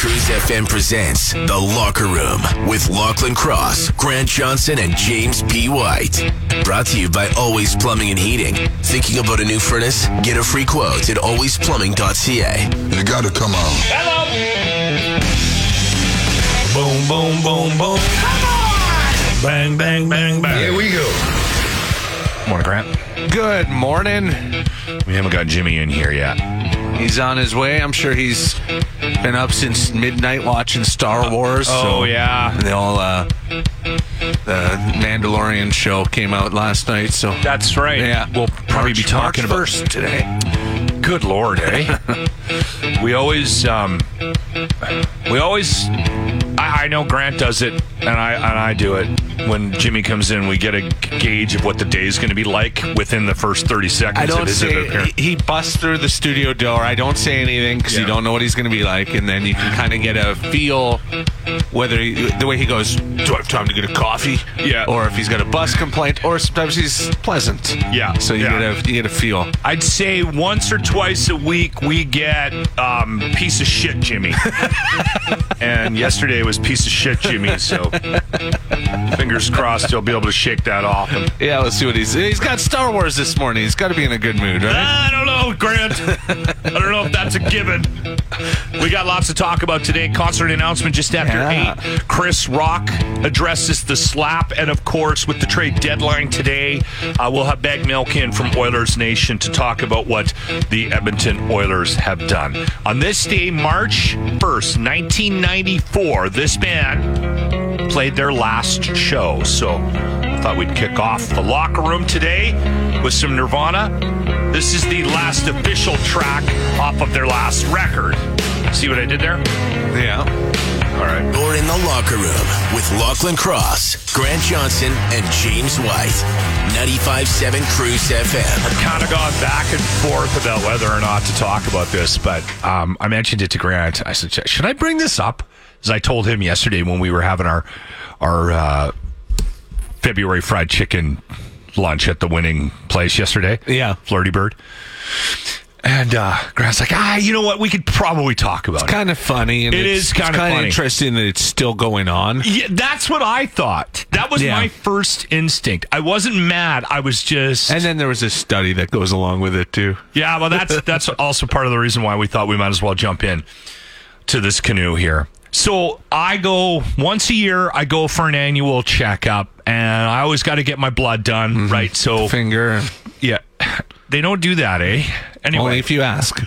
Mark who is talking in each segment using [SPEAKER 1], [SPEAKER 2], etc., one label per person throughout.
[SPEAKER 1] Kiss FM presents The Locker Room with Lachlan Cross, Grant Johnson, and James P. White. Brought to you by Always Plumbing and Heating. Thinking about a new furnace? Get a free quote at alwaysplumbing.ca.
[SPEAKER 2] You gotta come on.
[SPEAKER 3] Boom, boom, boom, boom. Bang, bang, bang, bang. Here we go.
[SPEAKER 4] Morning, Grant. Good morning. We haven't got Jimmy in here yet. He's on his way. I'm sure he's been up since midnight watching Star Wars. Oh yeah, the all uh, the Mandalorian show came out last night. So
[SPEAKER 5] That's right.
[SPEAKER 4] yeah,
[SPEAKER 5] We'll probably be
[SPEAKER 4] March-
[SPEAKER 5] talking
[SPEAKER 4] March
[SPEAKER 5] about
[SPEAKER 4] first today.
[SPEAKER 5] Good lord, eh? we always um we always I, I know Grant does it and I and I do it. When Jimmy comes in, we get a gauge of what the day is going to be like within the first 30 seconds
[SPEAKER 4] I
[SPEAKER 5] of
[SPEAKER 4] don't
[SPEAKER 5] his
[SPEAKER 4] say
[SPEAKER 5] appearance.
[SPEAKER 4] he, he busts through the studio door. I don't say anything because you
[SPEAKER 5] Yeah.
[SPEAKER 4] don't know what he's going to be like, and then you can kind of get a feel whether he, the way he goes. Do I have time to get a coffee?
[SPEAKER 5] Yeah.
[SPEAKER 4] Or if he's got a bus complaint, or sometimes he's pleasant.
[SPEAKER 5] Yeah,
[SPEAKER 4] So you
[SPEAKER 5] yeah.
[SPEAKER 4] get a you get a feel.
[SPEAKER 5] I'd say once or twice a week we get um, piece of shit Jimmy. and yesterday was piece of shit Jimmy, so fingers crossed he'll be able to shake that off. And,
[SPEAKER 4] Yeah. Let's see what he's. He's got Star Wars this morning. He's got to be in a good mood, right?
[SPEAKER 5] I don't know, Grant. I don't know if that's a given. We got lots to talk about today. Concert announcement just after
[SPEAKER 4] Yeah.
[SPEAKER 5] eight. Chris Rock addresses the slap, and of course, with the trade deadline today, uh, we'll have Bag Milkin from Oilers Nation to talk about what the Edmonton Oilers have done on this day, March first, nineteen ninety-four. This band played their last show. So thought we'd kick off the locker room today with some Nirvana. This is the last official track off of their last record. See what I did there?
[SPEAKER 4] Yeah.
[SPEAKER 5] All right.
[SPEAKER 1] You're in the Locker Room with Lachlan Cross, Grant Johnson, and James White. 95.7 Cruise FM.
[SPEAKER 5] Kind of gone back and forth about whether or not to talk about this, but um, I mentioned it to Grant. I said, "Sh- should I bring this up? As I told him yesterday when we were having our our uh, February fried chicken lunch at the winning place yesterday.
[SPEAKER 4] Yeah.
[SPEAKER 5] Flirty Bird. And uh, Grant's like, ah, you know what? We could probably talk about it.
[SPEAKER 4] Kind of funny. And
[SPEAKER 5] It
[SPEAKER 4] it's,
[SPEAKER 5] is kinda
[SPEAKER 4] it's kinda
[SPEAKER 5] funny.
[SPEAKER 4] interesting that it's still going on.
[SPEAKER 5] Yeah, that's what I thought. That was
[SPEAKER 4] Yeah.
[SPEAKER 5] my first instinct. I wasn't mad. I was just.
[SPEAKER 4] And then there was a study that goes along with it too.
[SPEAKER 5] Yeah, well, that's that's also part of the reason why we thought we might as well jump in to this canoe here. So I go once a year. I go for an annual checkup, and I always got to get my blood done, right? So
[SPEAKER 4] Finger.
[SPEAKER 5] yeah, they don't do that, eh? Anyway,
[SPEAKER 4] Only if you ask.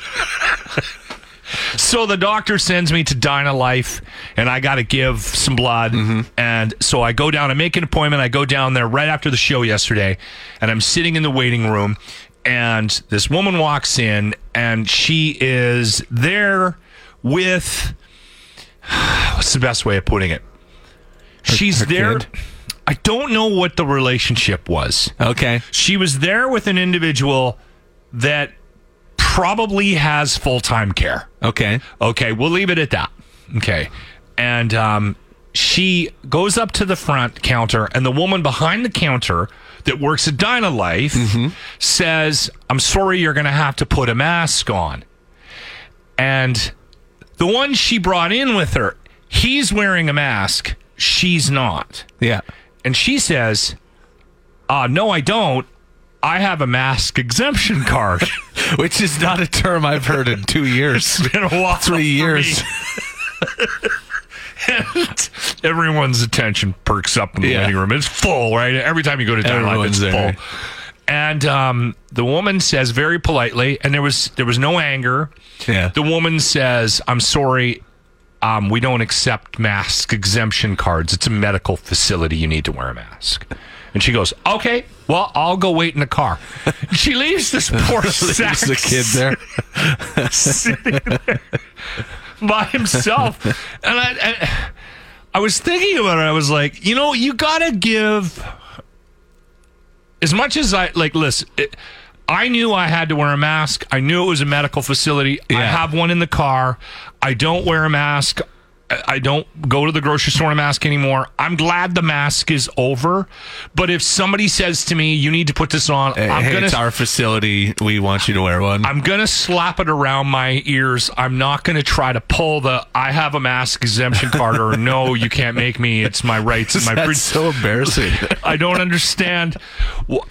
[SPEAKER 5] so the doctor sends me to Dyna Life, and I got to give some blood.
[SPEAKER 4] Mm-hmm.
[SPEAKER 5] And so I go down, I make an appointment. I go down there right after the show yesterday, and I'm sitting in the waiting room, and this woman walks in, and she is there with what's the best way of putting it? She's
[SPEAKER 4] her
[SPEAKER 5] there.
[SPEAKER 4] kid?
[SPEAKER 5] I don't know what the relationship was
[SPEAKER 4] Okay.
[SPEAKER 5] she was there with an individual that probably has full time care.
[SPEAKER 4] Okay.
[SPEAKER 5] Okay, we'll leave it at that. Okay. And um, she goes up to the front counter, and the woman behind the counter that works at Dyna Life
[SPEAKER 4] Mm-hmm.
[SPEAKER 5] says, I'm sorry, you're going to have to put a mask on. And the one she brought in with her, he's wearing a mask, she's not.
[SPEAKER 4] Yeah.
[SPEAKER 5] And she says, uh, No, I don't. I have a mask exemption card.
[SPEAKER 4] Which is not a term I've heard in two years.
[SPEAKER 5] Been a while for
[SPEAKER 4] Three years.
[SPEAKER 5] me. And Everyone's attention perks up in the
[SPEAKER 4] Yeah.
[SPEAKER 5] waiting room. It's full, right? Every time you go to town, like, it's
[SPEAKER 4] Everyone's there.
[SPEAKER 5] full. And um, the woman says very politely, and there was there was no anger.
[SPEAKER 4] Yeah.
[SPEAKER 5] The woman says, "I'm sorry, um, we don't accept mask exemption cards. It's a medical facility. You need to wear a mask." And she goes, "Okay, well, I'll go wait in the car." she leaves this poor sack
[SPEAKER 4] There's the kid there.
[SPEAKER 5] sitting there by himself. And I, I, I was thinking about it. I was like, you know, you gotta give as much as I like. Listen, it, I knew I had to wear a mask. I knew it was a medical facility. I
[SPEAKER 4] Yeah.
[SPEAKER 5] have one in the car. I don't wear a mask I don't go to the grocery store in a mask anymore. I'm glad the mask is over. But if somebody says to me, "You need to put this on," I'm
[SPEAKER 6] hey,
[SPEAKER 5] gonna
[SPEAKER 6] it's our facility. We want you to wear one.
[SPEAKER 5] I'm gonna slap it around my ears. I'm not gonna try to pull the I have a mask exemption card or no, you can't make me. It's my rights. and My
[SPEAKER 6] That's
[SPEAKER 5] pre-
[SPEAKER 6] so embarrassing.
[SPEAKER 5] I don't understand. wh-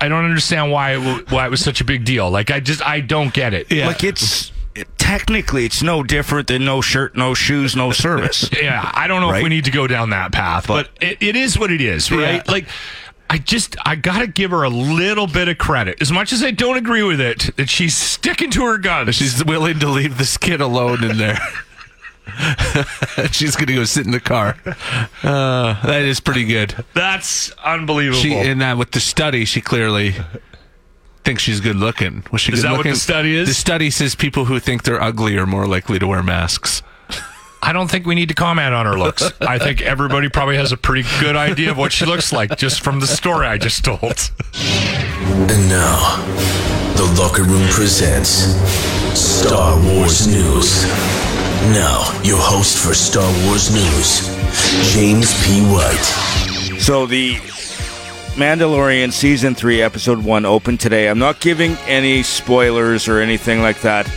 [SPEAKER 5] I don't understand why it, w- why it was such a big deal. Like I just I don't get it.
[SPEAKER 7] Like it's technically it's no different than no shirt, no shoes, no service.
[SPEAKER 5] yeah, I don't know if
[SPEAKER 7] Right?
[SPEAKER 5] we need to go down that path, but, it, it is what it is, right? Like, I just I gotta give her a little bit of credit, as much as I don't agree with it, that she's sticking to her guns.
[SPEAKER 6] She's willing to leave this kid alone in there. She's gonna go sit in the car. Uh, that is pretty good.
[SPEAKER 5] That's unbelievable.
[SPEAKER 6] She and that with the study, she clearly thinks she's good looking. Was she
[SPEAKER 5] Is
[SPEAKER 6] good
[SPEAKER 5] that what the
[SPEAKER 6] looking?
[SPEAKER 5] study is?
[SPEAKER 6] The study says people who think they're ugly are more likely to wear masks.
[SPEAKER 5] I don't think we need to comment on her looks. I think everybody probably has a pretty good idea of what she looks like just from the story I just told.
[SPEAKER 1] And now, the locker room presents Star Wars News. Now, your host for Star Wars News, James P. White.
[SPEAKER 7] So the Mandalorian season three, episode one, opened today. I'm not giving any spoilers or anything like that,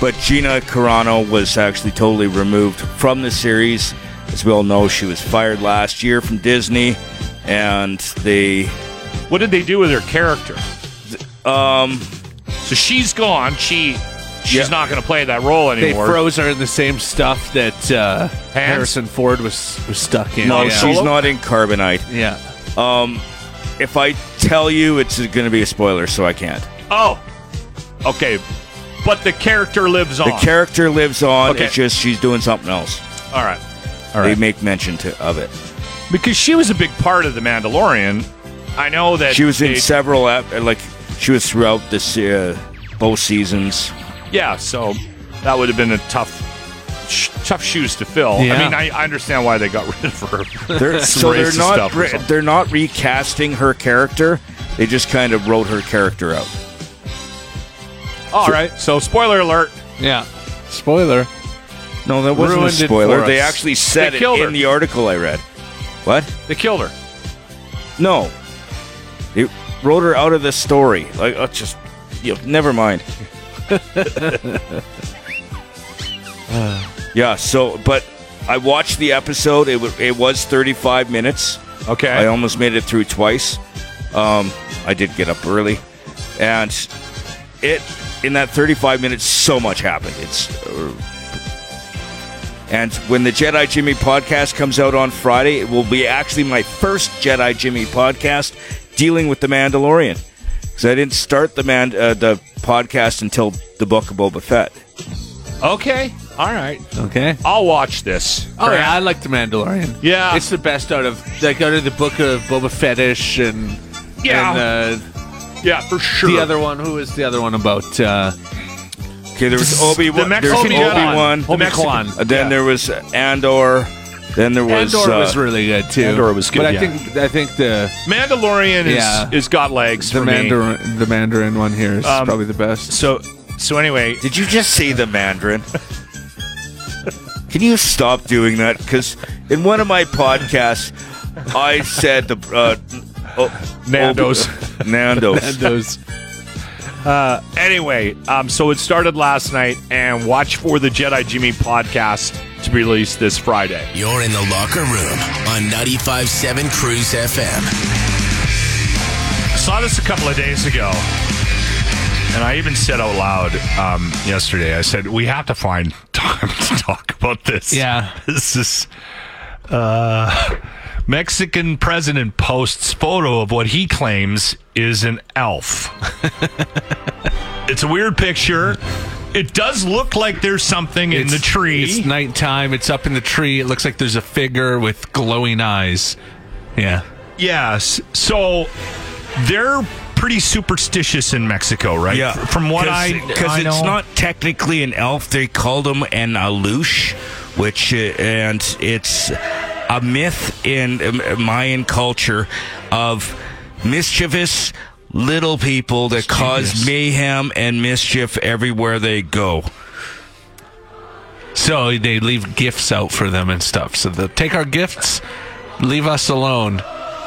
[SPEAKER 7] but Gina Carano was actually totally removed from the series. As we all know, she was fired last year from Disney, and they
[SPEAKER 5] What did they do with her character?
[SPEAKER 7] um
[SPEAKER 5] So she's gone. She she's
[SPEAKER 7] Yeah.
[SPEAKER 5] not going to play that role
[SPEAKER 4] They
[SPEAKER 5] anymore.
[SPEAKER 4] froze her in the same stuff that uh, Harrison Ford was, was stuck in.
[SPEAKER 7] no,
[SPEAKER 4] yeah.
[SPEAKER 7] she's not in Carbonite.
[SPEAKER 4] Yeah.
[SPEAKER 7] If I tell you, it's going to be a spoiler, so I can't.
[SPEAKER 5] oh, okay. But the character lives on.
[SPEAKER 7] The character lives on.
[SPEAKER 5] Okay.
[SPEAKER 7] It's just she's doing something else.
[SPEAKER 5] All right.
[SPEAKER 7] They make mention to, of it.
[SPEAKER 5] Because she was a big part of the Mandalorian. I know that
[SPEAKER 7] She was in
[SPEAKER 5] they-
[SPEAKER 7] several, ep- like she was throughout this uh, both seasons.
[SPEAKER 5] Yeah, so that would have been a tough. sh- Tough shoes to fill. I
[SPEAKER 4] Yeah.
[SPEAKER 5] mean, I, I understand why they got rid of her.
[SPEAKER 7] They're,
[SPEAKER 5] Some
[SPEAKER 7] so they're
[SPEAKER 5] racist
[SPEAKER 7] not
[SPEAKER 5] stuff or
[SPEAKER 7] re-
[SPEAKER 5] something.
[SPEAKER 7] they're not recasting her character. They just kind of wrote her character out.
[SPEAKER 5] All right. So, spoiler alert.
[SPEAKER 4] Yeah. Spoiler.
[SPEAKER 7] No, that wasn't
[SPEAKER 4] Ruined
[SPEAKER 7] a
[SPEAKER 4] it
[SPEAKER 7] spoiler.
[SPEAKER 4] for
[SPEAKER 7] They
[SPEAKER 4] us.
[SPEAKER 7] actually said
[SPEAKER 5] They
[SPEAKER 7] it
[SPEAKER 5] killed
[SPEAKER 7] in
[SPEAKER 5] her.
[SPEAKER 7] the article I read. What?
[SPEAKER 5] They killed her.
[SPEAKER 7] No, they wrote her out of the story. Like, oh, just you know, never mind. yeah. So, but I watched the episode. It, wa it was 35 minutes.
[SPEAKER 5] Okay.
[SPEAKER 7] I almost made it through twice. Um, I did get up early, and it in that 35 minutes, so much happened. It's uh, and when the Jedi Jimmy podcast comes out on Friday, it will be actually my first Jedi Jimmy podcast dealing with the Mandalorian because I didn't start the man uh, the podcast until the book of Boba Fett.
[SPEAKER 5] okay. All right.
[SPEAKER 4] Okay.
[SPEAKER 5] I'll watch this.
[SPEAKER 4] Oh yeah, I like the Mandalorian.
[SPEAKER 5] Yeah.
[SPEAKER 4] it's the best out of like out of the book of Boba Fettish and
[SPEAKER 5] Yeah.
[SPEAKER 4] and, uh,
[SPEAKER 5] yeah, for sure.
[SPEAKER 4] the other one. Who is the other one about? Uh,
[SPEAKER 7] Okay, there was Obi
[SPEAKER 5] the
[SPEAKER 7] Wan. There was
[SPEAKER 5] Mexican
[SPEAKER 7] Obi
[SPEAKER 5] Jedi.
[SPEAKER 7] Wan.
[SPEAKER 5] The Mexican-
[SPEAKER 4] Obi-Wan.
[SPEAKER 7] Then there was Andor. Then there was
[SPEAKER 4] Andor
[SPEAKER 7] uh,
[SPEAKER 4] was really good too.
[SPEAKER 5] Andor was good,
[SPEAKER 4] but I
[SPEAKER 5] yeah.
[SPEAKER 4] think I think the
[SPEAKER 5] Mandalorian is,
[SPEAKER 4] Yeah.
[SPEAKER 5] is got legs
[SPEAKER 4] the
[SPEAKER 5] for me.
[SPEAKER 4] Mandarin the Mandarin one here is
[SPEAKER 5] Um,
[SPEAKER 4] probably the best.
[SPEAKER 5] So so anyway,
[SPEAKER 7] Did you just say the Mandarin? Can you stop doing that? Because in one of my podcasts, I said the uh, oh,
[SPEAKER 5] Nando's.
[SPEAKER 7] Obi- Nando's.
[SPEAKER 4] Those
[SPEAKER 5] Uh, anyway, um, so it started last night, and watch for the Jedi Jimmy podcast to be released this Friday.
[SPEAKER 1] You're in the locker room on 95.7 Cruise FM.
[SPEAKER 5] I saw this a couple of days ago, and I even said out loud um, yesterday. I said we have to find time to talk about this.
[SPEAKER 4] Yeah.
[SPEAKER 5] this is. Uh, Mexican president posts photo of what he claims is an elf. it's a weird picture. It does look like there's something in the tree.
[SPEAKER 6] It's nighttime. It's up in the tree. It looks like there's a figure with glowing eyes. Yeah.
[SPEAKER 5] Yes. So they're pretty superstitious in Mexico, right? F- From what I,
[SPEAKER 7] because
[SPEAKER 5] I
[SPEAKER 7] it's
[SPEAKER 5] know-
[SPEAKER 7] not technically an elf. They called him an alush, which uh, and it's a myth in um, Mayan culture of mischievous little people that cause mayhem and mischief everywhere they go.
[SPEAKER 8] So they leave gifts out for them and stuff. So they'll take our gifts, leave us alone.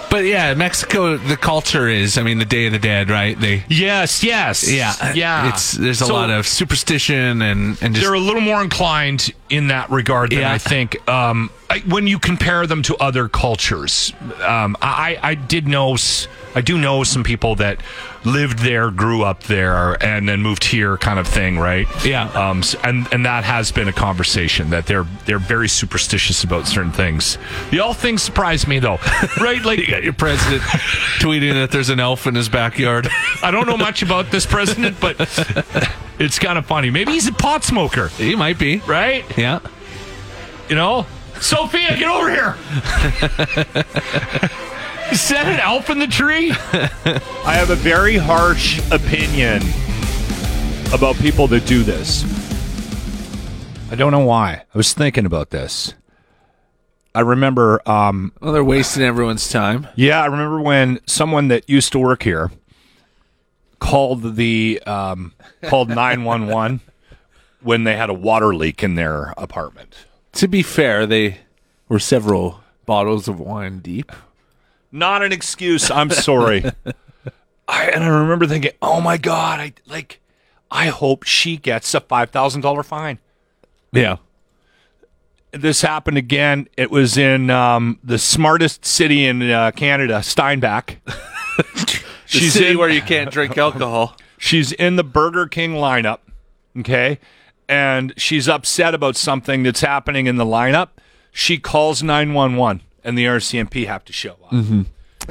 [SPEAKER 8] But yeah, Mexico, the culture is, I mean, the Day of the Dead, right? They,
[SPEAKER 9] Yes, yes.
[SPEAKER 8] yeah, uh,
[SPEAKER 9] Yeah.
[SPEAKER 8] It's there's a
[SPEAKER 9] So
[SPEAKER 8] lot of superstition and and just
[SPEAKER 9] they're a little more inclined in that regard than
[SPEAKER 8] Yeah.
[SPEAKER 9] I think. Um, I, when you compare them to other cultures, um, I, I I did know s- I do know some people that lived there, grew up there, and then moved here, kind of thing, right?
[SPEAKER 8] Yeah.
[SPEAKER 9] Um, s- and and that has been a conversation that they're they're very superstitious about certain things. The all things surprise me though, right? Like
[SPEAKER 8] your president tweeting that there's an elf in his backyard.
[SPEAKER 9] I don't know much about this president, but it's kind of funny. Maybe he's a pot smoker,
[SPEAKER 8] he might be.
[SPEAKER 9] right?
[SPEAKER 8] Yeah.
[SPEAKER 9] You know? Sophia, get over here! Is that an elf in the tree?
[SPEAKER 5] I have a very harsh opinion about people that do this. I don't know why. I was thinking about this. I remember um,
[SPEAKER 4] Well, they're wasting everyone's time.
[SPEAKER 5] Yeah, I remember when someone that used to work here called the um, called nine one one when they had a water leak in their apartment.
[SPEAKER 4] To be fair, they were several bottles of wine deep.
[SPEAKER 5] Not an excuse. I'm sorry. I, and I remember thinking, "Oh my god! I like. I hope she gets a five thousand dollar fine."
[SPEAKER 4] Yeah.
[SPEAKER 5] This happened again. It was in um, the smartest city in uh, Canada, Steinbach.
[SPEAKER 4] The
[SPEAKER 5] She's
[SPEAKER 4] city
[SPEAKER 5] in-
[SPEAKER 4] where you can't drink alcohol.
[SPEAKER 5] She's in the Burger King lineup, okay? And she's upset about something that's happening in the lineup. She calls 911 and the RCMP have to show up.
[SPEAKER 4] Mm-hmm.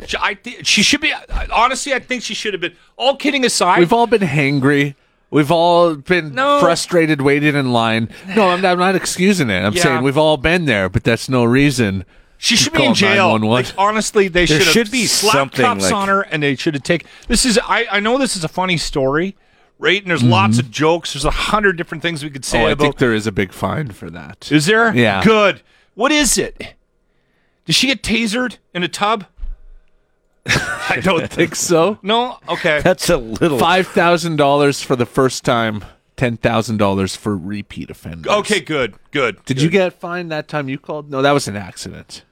[SPEAKER 5] She, I thi- she should be honestly I think she should have been all kidding aside.
[SPEAKER 4] We've all been hangry. We've all been
[SPEAKER 5] No.
[SPEAKER 4] frustrated waiting in line. No, I'm, I'm not excusing it. I'm
[SPEAKER 5] Yeah.
[SPEAKER 4] saying we've all been there, but that's no reason. Oh,
[SPEAKER 5] she should
[SPEAKER 4] to
[SPEAKER 5] be in
[SPEAKER 4] call
[SPEAKER 5] jail.
[SPEAKER 4] 911.
[SPEAKER 5] Like, honestly, they should have
[SPEAKER 7] should be
[SPEAKER 5] slapped
[SPEAKER 7] something
[SPEAKER 5] cuffs
[SPEAKER 7] like-
[SPEAKER 5] on her and they should have taken This is I I know this is a funny story, right? And there's lots of jokes. There's a hundred different things we could say
[SPEAKER 4] oh, I
[SPEAKER 5] about
[SPEAKER 4] think there is a big fine for that.
[SPEAKER 5] Is there?
[SPEAKER 4] Yeah.
[SPEAKER 5] Good. What is it? Did she get tasered in a tub? I don't think.
[SPEAKER 4] think so.
[SPEAKER 5] No. Okay.
[SPEAKER 7] That's a little.
[SPEAKER 4] Five thousand dollars for the first time. Ten thousand dollars for repeat offenders.
[SPEAKER 5] Okay. Good. Good.
[SPEAKER 4] Did you get fined that time you called? No, that was an accident.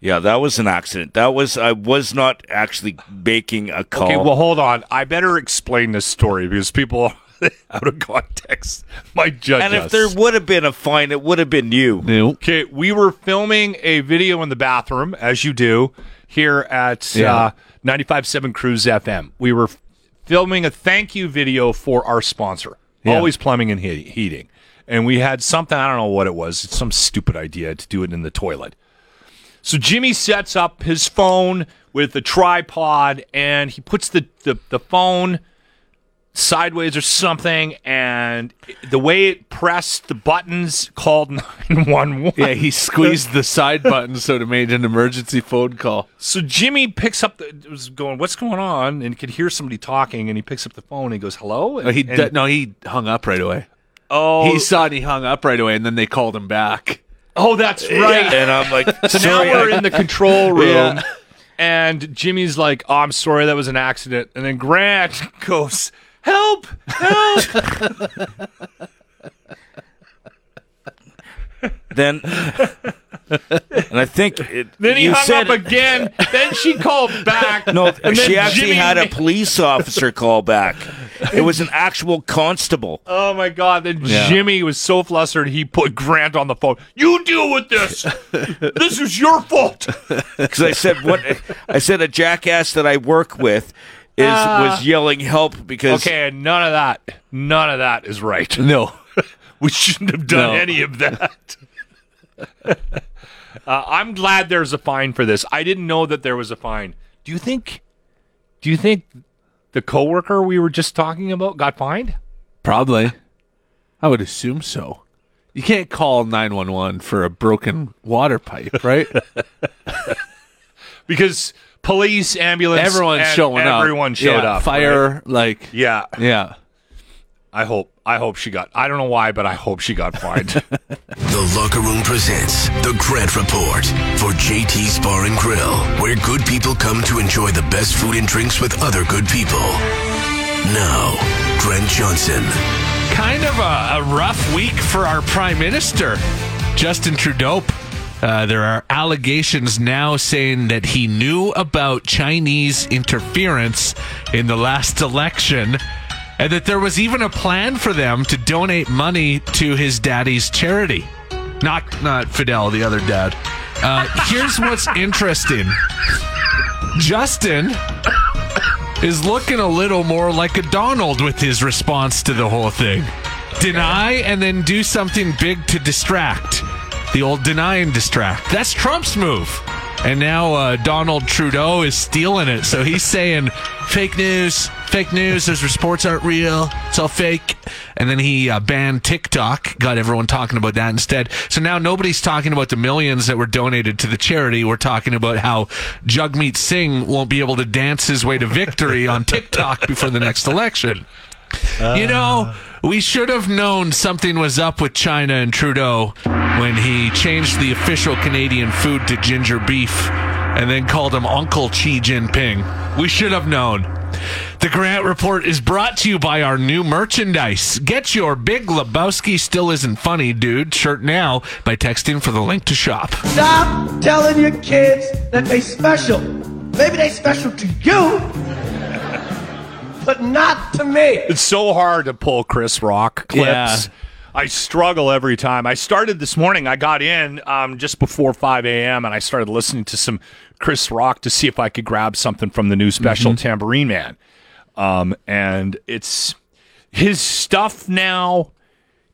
[SPEAKER 7] Yeah, that was an accident. That was I was not actually making a call.
[SPEAKER 5] Okay. Well, hold on. I better explain this story because people out of context might judge
[SPEAKER 7] and
[SPEAKER 5] us.
[SPEAKER 7] if there would have been a fine, it would have been you.
[SPEAKER 4] No.
[SPEAKER 5] okay, we were filming a video in the bathroom, as you do here at
[SPEAKER 4] Yeah.
[SPEAKER 5] uh, 95.7 Cruise FM. We were f- filming a thank you video for our sponsor, Always Plumbing and He- Heating. And we had something, I don't know what it was, it's some stupid idea to do it in the toilet. So Jimmy sets up his phone with a tripod and he puts the, the, the phone sideways or something. And the way it pressed the buttons called 911.
[SPEAKER 4] Yeah, he squeezed the side button so it made an emergency phone call.
[SPEAKER 5] So Jimmy picks up the it was going, what's going on? And could hear somebody talking, and he picks up the phone and he goes, hello.
[SPEAKER 7] Oh,
[SPEAKER 5] And,
[SPEAKER 4] No, he
[SPEAKER 5] and-
[SPEAKER 4] d- no, he hung up right away.
[SPEAKER 5] oh,
[SPEAKER 4] He saw it, he hung up right away, and then they called him back.
[SPEAKER 5] oh, that's right.
[SPEAKER 7] And I'm like,
[SPEAKER 5] So now
[SPEAKER 7] sorry,
[SPEAKER 5] we're
[SPEAKER 7] I-
[SPEAKER 5] in the control room,
[SPEAKER 4] Yeah.
[SPEAKER 5] and Jimmy's like, oh, I'm sorry, that was an accident. And then Grant goes, help, help.
[SPEAKER 7] then. and I think it,
[SPEAKER 5] then he
[SPEAKER 7] you
[SPEAKER 5] hung
[SPEAKER 7] said
[SPEAKER 5] up again. then she called back.
[SPEAKER 7] no.
[SPEAKER 5] and then
[SPEAKER 7] She actually
[SPEAKER 5] Jimmy
[SPEAKER 7] had a
[SPEAKER 5] ma-
[SPEAKER 7] police officer call back. It was an actual constable.
[SPEAKER 5] Oh my god! Then Jimmy was so flustered he put Grant on the phone. You deal with this. this is your fault.
[SPEAKER 7] because I said what I said a jackass that I work with is was yelling help because
[SPEAKER 5] Uh, Okay, none of that. None of that is right.
[SPEAKER 4] No.
[SPEAKER 5] We shouldn't have done
[SPEAKER 4] No.
[SPEAKER 5] any of that. uh, I'm glad there's a fine for this. I didn't know that there was a fine. Do you think? Do you think the coworker we were just talking about got fined?
[SPEAKER 4] Probably. I would assume so. You can't call 911 for a broken water pipe, right?
[SPEAKER 5] Because police, ambulance,
[SPEAKER 4] Everyone's
[SPEAKER 5] and
[SPEAKER 4] showing up.
[SPEAKER 5] Everyone showed up.
[SPEAKER 4] Yeah,
[SPEAKER 5] right?
[SPEAKER 4] Fire, like,
[SPEAKER 5] Yeah,
[SPEAKER 4] yeah.
[SPEAKER 5] I hope. I hope she got. I don't know why, but I hope she got fined.
[SPEAKER 1] The Locker Room presents The Grant Report for JT's Bar and Grill, where good people come to enjoy the best food and drinks with other good people. Now, Grant Johnson.
[SPEAKER 4] kind of a, a rough week for our prime minister, Justin Trudeau. Uh, there are allegations now saying that he knew about Chinese interference in the last election and that there was even a plan for them to donate money to his daddy's charity. Not, not Fidel, the other dad. Uh, here's what's interesting Justin is looking a little more like a Donald with his response to the whole thing. Deny and then do something big to distract. The old deny and distract. That's Trump's move. And now uh, Donald Trudeau is stealing it. So he's saying fake news, fake news. Those reports aren't real. It's all fake. And then he uh, banned TikTok, got everyone talking about that instead. So now nobody's talking about the millions that were donated to the charity. We're talking about how Jugmeet Singh won't be able to dance his way to victory on TikTok before the next election. You know, we should have known something was up with China and Trudeau when he changed the official Canadian food to ginger beef and then called him Uncle Xi Jinping. We should have known. The Grant Report is brought to you by our new merchandise. Get your Big Lebowski Still Isn't Funny, Dude shirt now by texting for the link to shop.
[SPEAKER 10] Stop telling your kids that they special. Maybe they special to you, but not to me.
[SPEAKER 5] It's so hard to pull Chris Rock clips.
[SPEAKER 11] Yeah.
[SPEAKER 5] I struggle every time. I started this morning. I got in um, just before 5 a.m. and I started listening to some Chris Rock to see if I could grab something from the new special
[SPEAKER 11] Mm-hmm.
[SPEAKER 5] Tambourine Man. Um, and it's his stuff now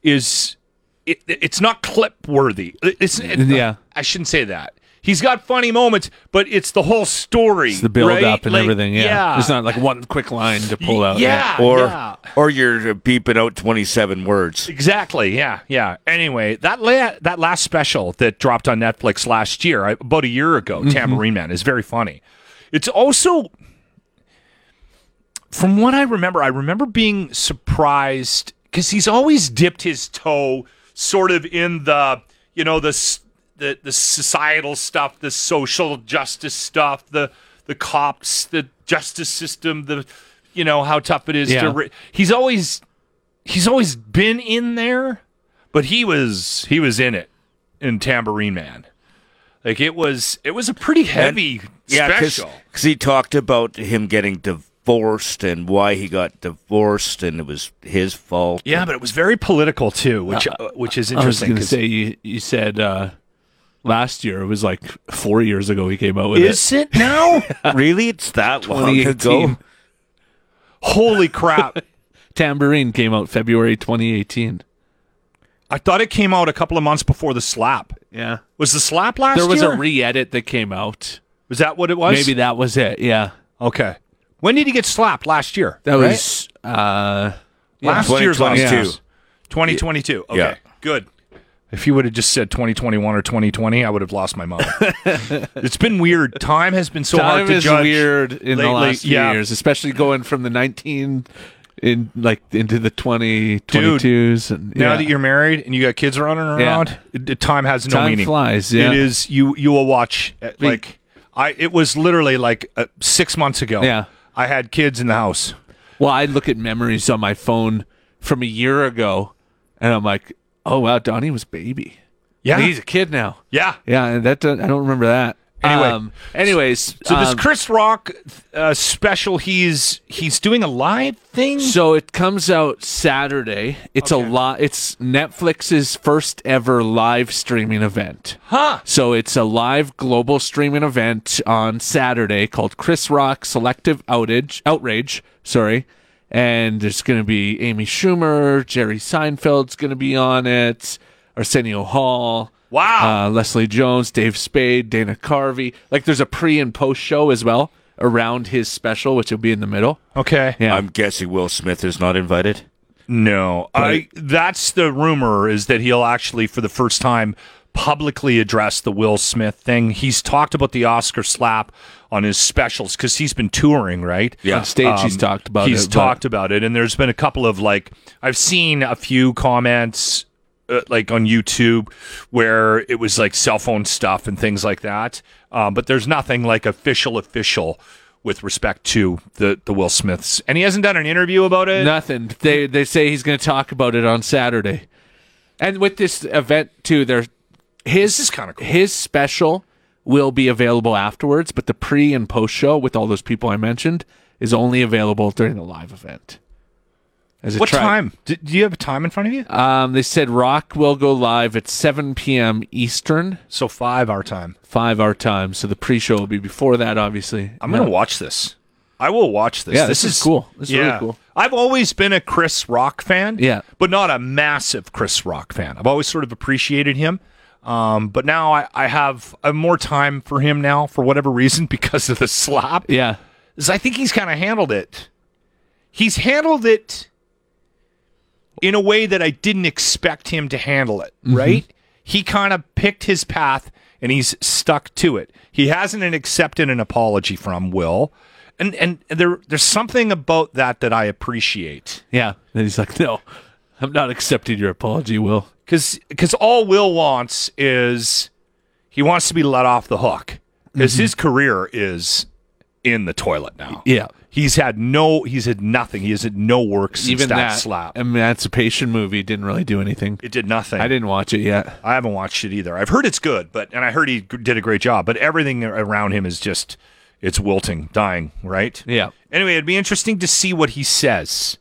[SPEAKER 5] is it, it's not clip worthy. It- It's it-
[SPEAKER 11] Yeah.
[SPEAKER 5] I shouldn't say that. He's got funny moments, but it's the whole story.
[SPEAKER 11] the build
[SPEAKER 5] right?
[SPEAKER 11] up and
[SPEAKER 5] Like,
[SPEAKER 11] everything. Yeah.
[SPEAKER 5] yeah.
[SPEAKER 11] It's not like one quick line to pull out.
[SPEAKER 5] Yeah,
[SPEAKER 7] Or
[SPEAKER 5] yeah.
[SPEAKER 7] or you're beeping out 27 words.
[SPEAKER 5] Exactly. Yeah. Yeah. Anyway, that la- that last special that dropped on Netflix last year, I- about a year ago, Tambourine Man is very funny. It's also from what I remember, I remember being surprised cuz he's always dipped his toe sort of in the, you know, the s- the the societal stuff, the social justice stuff, the the cops, the justice system, the you know, how tough it is to
[SPEAKER 11] Yeah.
[SPEAKER 5] re- He's always he's always been in there, but he was he was in it in Tambourine Man. Like it was it was a pretty heavy
[SPEAKER 7] because
[SPEAKER 5] special.
[SPEAKER 7] he talked about him getting divorced and why he got divorced and it was his fault.
[SPEAKER 5] Yeah, but it was very political too, which uh, which is
[SPEAKER 11] I was
[SPEAKER 5] interesting.
[SPEAKER 11] going to
[SPEAKER 5] 'cause-
[SPEAKER 11] say, you, you said uh, last year, it was like four years ago he came out with it.
[SPEAKER 5] is it now?
[SPEAKER 7] Really? It's that long
[SPEAKER 11] 2018.
[SPEAKER 7] ago?
[SPEAKER 5] Holy crap!
[SPEAKER 11] Tambourine came out February 2018.
[SPEAKER 5] I thought it came out a couple of months before the slap.
[SPEAKER 11] Yeah.
[SPEAKER 5] Was the slap last
[SPEAKER 11] There was
[SPEAKER 5] year?
[SPEAKER 11] a re edit that came out.
[SPEAKER 5] was that what it was?
[SPEAKER 11] Maybe that was it. Yeah.
[SPEAKER 5] Okay. When did he get slapped last year?
[SPEAKER 11] That
[SPEAKER 5] Right?
[SPEAKER 11] was uh,
[SPEAKER 5] last year's last
[SPEAKER 7] 2022.
[SPEAKER 5] year's. 2022. Okay.
[SPEAKER 7] Yeah.
[SPEAKER 5] Good. If you would have just said 2021 or 2020, I would have lost my mind. it's been weird. Time has been so hard
[SPEAKER 11] time
[SPEAKER 5] to
[SPEAKER 11] is
[SPEAKER 5] judge.
[SPEAKER 11] weird in the
[SPEAKER 5] lately,
[SPEAKER 11] last few
[SPEAKER 5] yeah.
[SPEAKER 11] years, especially going from the 19 in like into the 20 22s and
[SPEAKER 5] Now
[SPEAKER 11] yeah.
[SPEAKER 5] that you're married and you got kids running around, it- time has no
[SPEAKER 11] Time
[SPEAKER 5] meaning.
[SPEAKER 11] flies, yeah.
[SPEAKER 5] It is you. You will watch uh, like I. It was literally like uh, six months ago.
[SPEAKER 11] Yeah.
[SPEAKER 5] I had kids in the house.
[SPEAKER 11] Well, I look at memories on my phone from a year ago, and I'm like, oh wow, Donnie was baby.
[SPEAKER 5] Yeah,
[SPEAKER 11] he's a kid now.
[SPEAKER 5] yeah.
[SPEAKER 11] Yeah, and that doesn't- I don't remember that.
[SPEAKER 5] Anyway.
[SPEAKER 11] anyways,
[SPEAKER 5] So this
[SPEAKER 11] um,
[SPEAKER 5] Chris Rock uh, special, he's he's doing a live thing.
[SPEAKER 11] so it comes out Saturday. It's a lot. It's Netflix's first ever live streaming event.
[SPEAKER 5] Huh.
[SPEAKER 11] So it's a live global streaming event on Saturday called Chris Rock Selective Outage Outrage. Sorry. And there's going to be Amy Schumer, Jerry Seinfeld's going to be on it, Arsenio Hall.
[SPEAKER 5] Wow.
[SPEAKER 11] Uh, Leslie Jones, Dave Spade, Dana Carvey. Like there's a pre and post show as well around his special, which will be in the middle.
[SPEAKER 5] Okay.
[SPEAKER 11] Yeah.
[SPEAKER 7] I'm guessing Will Smith is not invited.
[SPEAKER 5] No, I. That's the rumor is that he'll actually, for the first time, publicly address the Will Smith thing. He's talked about the Oscar slap on his specials because he's been touring, right?
[SPEAKER 11] On stage, he's
[SPEAKER 5] Um,
[SPEAKER 11] talked about
[SPEAKER 5] He's
[SPEAKER 11] it. but-
[SPEAKER 5] talked about it, and there's been a couple of like I've seen a few comments uh, like on YouTube where it was like cell phone stuff and things like that. Um, but there's nothing like official official with respect to the the Will Smiths, and he hasn't done an interview about it.
[SPEAKER 4] Nothing. They they say he's going to talk about it on Saturday, and with this event too, there his
[SPEAKER 5] This is kinda cool.
[SPEAKER 4] his special will be available afterwards, but the pre and post show with all those people I mentioned is only available during the live event. As a
[SPEAKER 5] What
[SPEAKER 4] tri-
[SPEAKER 5] time? Do, do you have a time in front of you?
[SPEAKER 4] Um, they said Rock will go live at 7 p.m. Eastern,
[SPEAKER 5] so five our time.
[SPEAKER 4] five our time. So the pre-show will be before that, obviously.
[SPEAKER 5] I'm gonna watch this. I will watch this.
[SPEAKER 4] Yeah, this is cool. This is really cool.
[SPEAKER 5] I've always been a Chris Rock fan.
[SPEAKER 4] Yeah.
[SPEAKER 5] but not a massive Chris Rock fan. I've always sort of appreciated him. Um, but now I, I have I have more time for him now for whatever reason because of the slap.
[SPEAKER 4] Yeah,
[SPEAKER 5] is I think he's kind of handled it. He's handled it in a way that I didn't expect him to handle it, right? He kind of picked his path and he's stuck to it. He hasn't accepted an apology from Will. And and there there's something about that that I appreciate.
[SPEAKER 4] yeah. And he's like, "No, I'm not accepting your apology, Will."
[SPEAKER 5] Cuz cuz all Will wants is he wants to be let off the hook. because
[SPEAKER 4] Mm-hmm.
[SPEAKER 5] his career is in the toilet now.
[SPEAKER 4] Yeah.
[SPEAKER 5] He's had no. He's had nothing. He has had no work since
[SPEAKER 4] Even
[SPEAKER 5] that,
[SPEAKER 4] that
[SPEAKER 5] slap.
[SPEAKER 4] emancipation movie didn't really do anything.
[SPEAKER 5] It did nothing.
[SPEAKER 4] I didn't watch it yet.
[SPEAKER 5] I haven't watched it either. I've heard it's good, but and I heard he g- did a great job. But everything around him is just it's wilting, dying. Right.
[SPEAKER 4] Yeah.
[SPEAKER 5] Anyway, it'd be interesting to see what he says.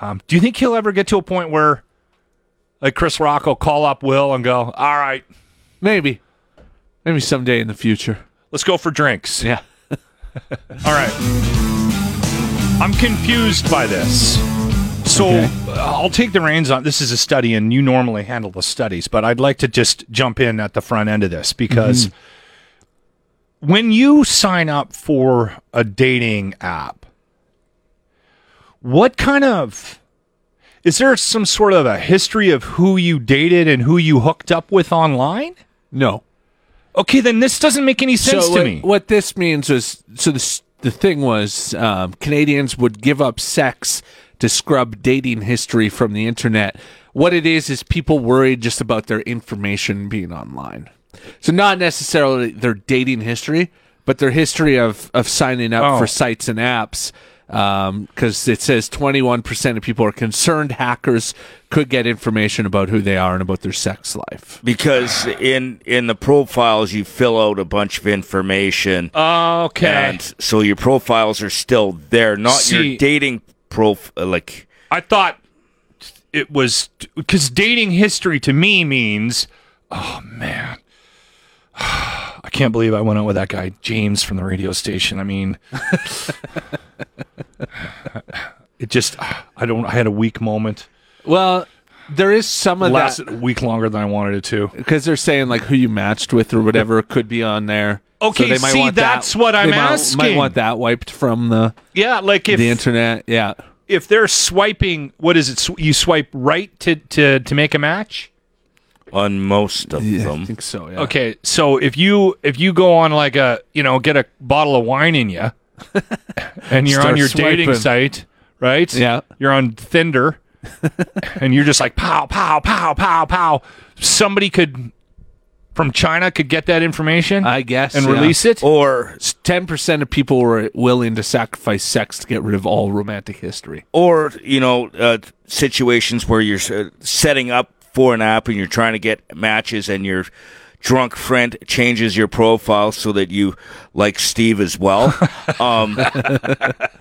[SPEAKER 5] Um, do you think he'll ever get to a point where, like Chris Rock, will call up Will and go, "All right,
[SPEAKER 4] Maybe, maybe someday in the future.
[SPEAKER 5] let's go for drinks."
[SPEAKER 4] Yeah.
[SPEAKER 5] All right. I'm confused by this. So uh, I'll take the reins on this is a study and you normally handle the studies, but I'd like to just jump in at the front end of this because
[SPEAKER 4] Mm-hmm.
[SPEAKER 5] when you sign up for a dating app, what kind of is there some sort of a history of who you dated and who you hooked up with online?
[SPEAKER 4] No.
[SPEAKER 5] Okay, then this doesn't make any sense
[SPEAKER 4] so
[SPEAKER 5] to
[SPEAKER 4] what,
[SPEAKER 5] me.
[SPEAKER 4] what this means was so the the thing was um, Canadians would give up sex to scrub dating history from the internet. What it is is people worried just about their information being online. So not necessarily their dating history, but their history of of signing up for sites and apps. Because it says 21% of people are concerned hackers could get information about who they are and about their sex life.
[SPEAKER 7] because in in the profiles you fill out a bunch of information
[SPEAKER 5] Oh, okay.
[SPEAKER 7] and so your profiles are still there not
[SPEAKER 5] See-
[SPEAKER 7] your dating prof like
[SPEAKER 5] I thought it was because dating history to me means, oh man, I can't believe I went out with that guy James from the radio station. I mean, it just I don't. I had a weak moment.
[SPEAKER 4] Well, there is some of that.
[SPEAKER 5] Lasted a week longer than I wanted it to.
[SPEAKER 4] because they're saying like who you matched with or whatever could be on there.
[SPEAKER 5] Okay,
[SPEAKER 4] they might
[SPEAKER 5] see,
[SPEAKER 4] want
[SPEAKER 5] that's what I'm
[SPEAKER 4] they might- Might
[SPEAKER 5] asking.
[SPEAKER 4] want that wiped from the
[SPEAKER 5] Yeah, like if
[SPEAKER 4] the internet. Yeah,
[SPEAKER 5] if they're swiping, what is it? Sw- You swipe right to to to make a match.
[SPEAKER 7] on most of
[SPEAKER 4] I
[SPEAKER 7] them
[SPEAKER 4] think so. Yeah.
[SPEAKER 5] Okay, so if you if you go on like a you know get a bottle of wine in you, and you're on
[SPEAKER 4] Start
[SPEAKER 5] your dating
[SPEAKER 4] swiping.
[SPEAKER 5] site, right?
[SPEAKER 4] Yeah.
[SPEAKER 5] you're on Tinder, and you're just like pow pow pow pow pow. Somebody could from China could get that information,
[SPEAKER 4] I guess
[SPEAKER 5] and release it.
[SPEAKER 7] or
[SPEAKER 4] Ten percent of people were willing to sacrifice sex to get rid of all romantic history.
[SPEAKER 7] or you know uh, situations where you're uh, setting up for an app and you're trying to get matches and your drunk friend changes your profile so that you like steve as well um,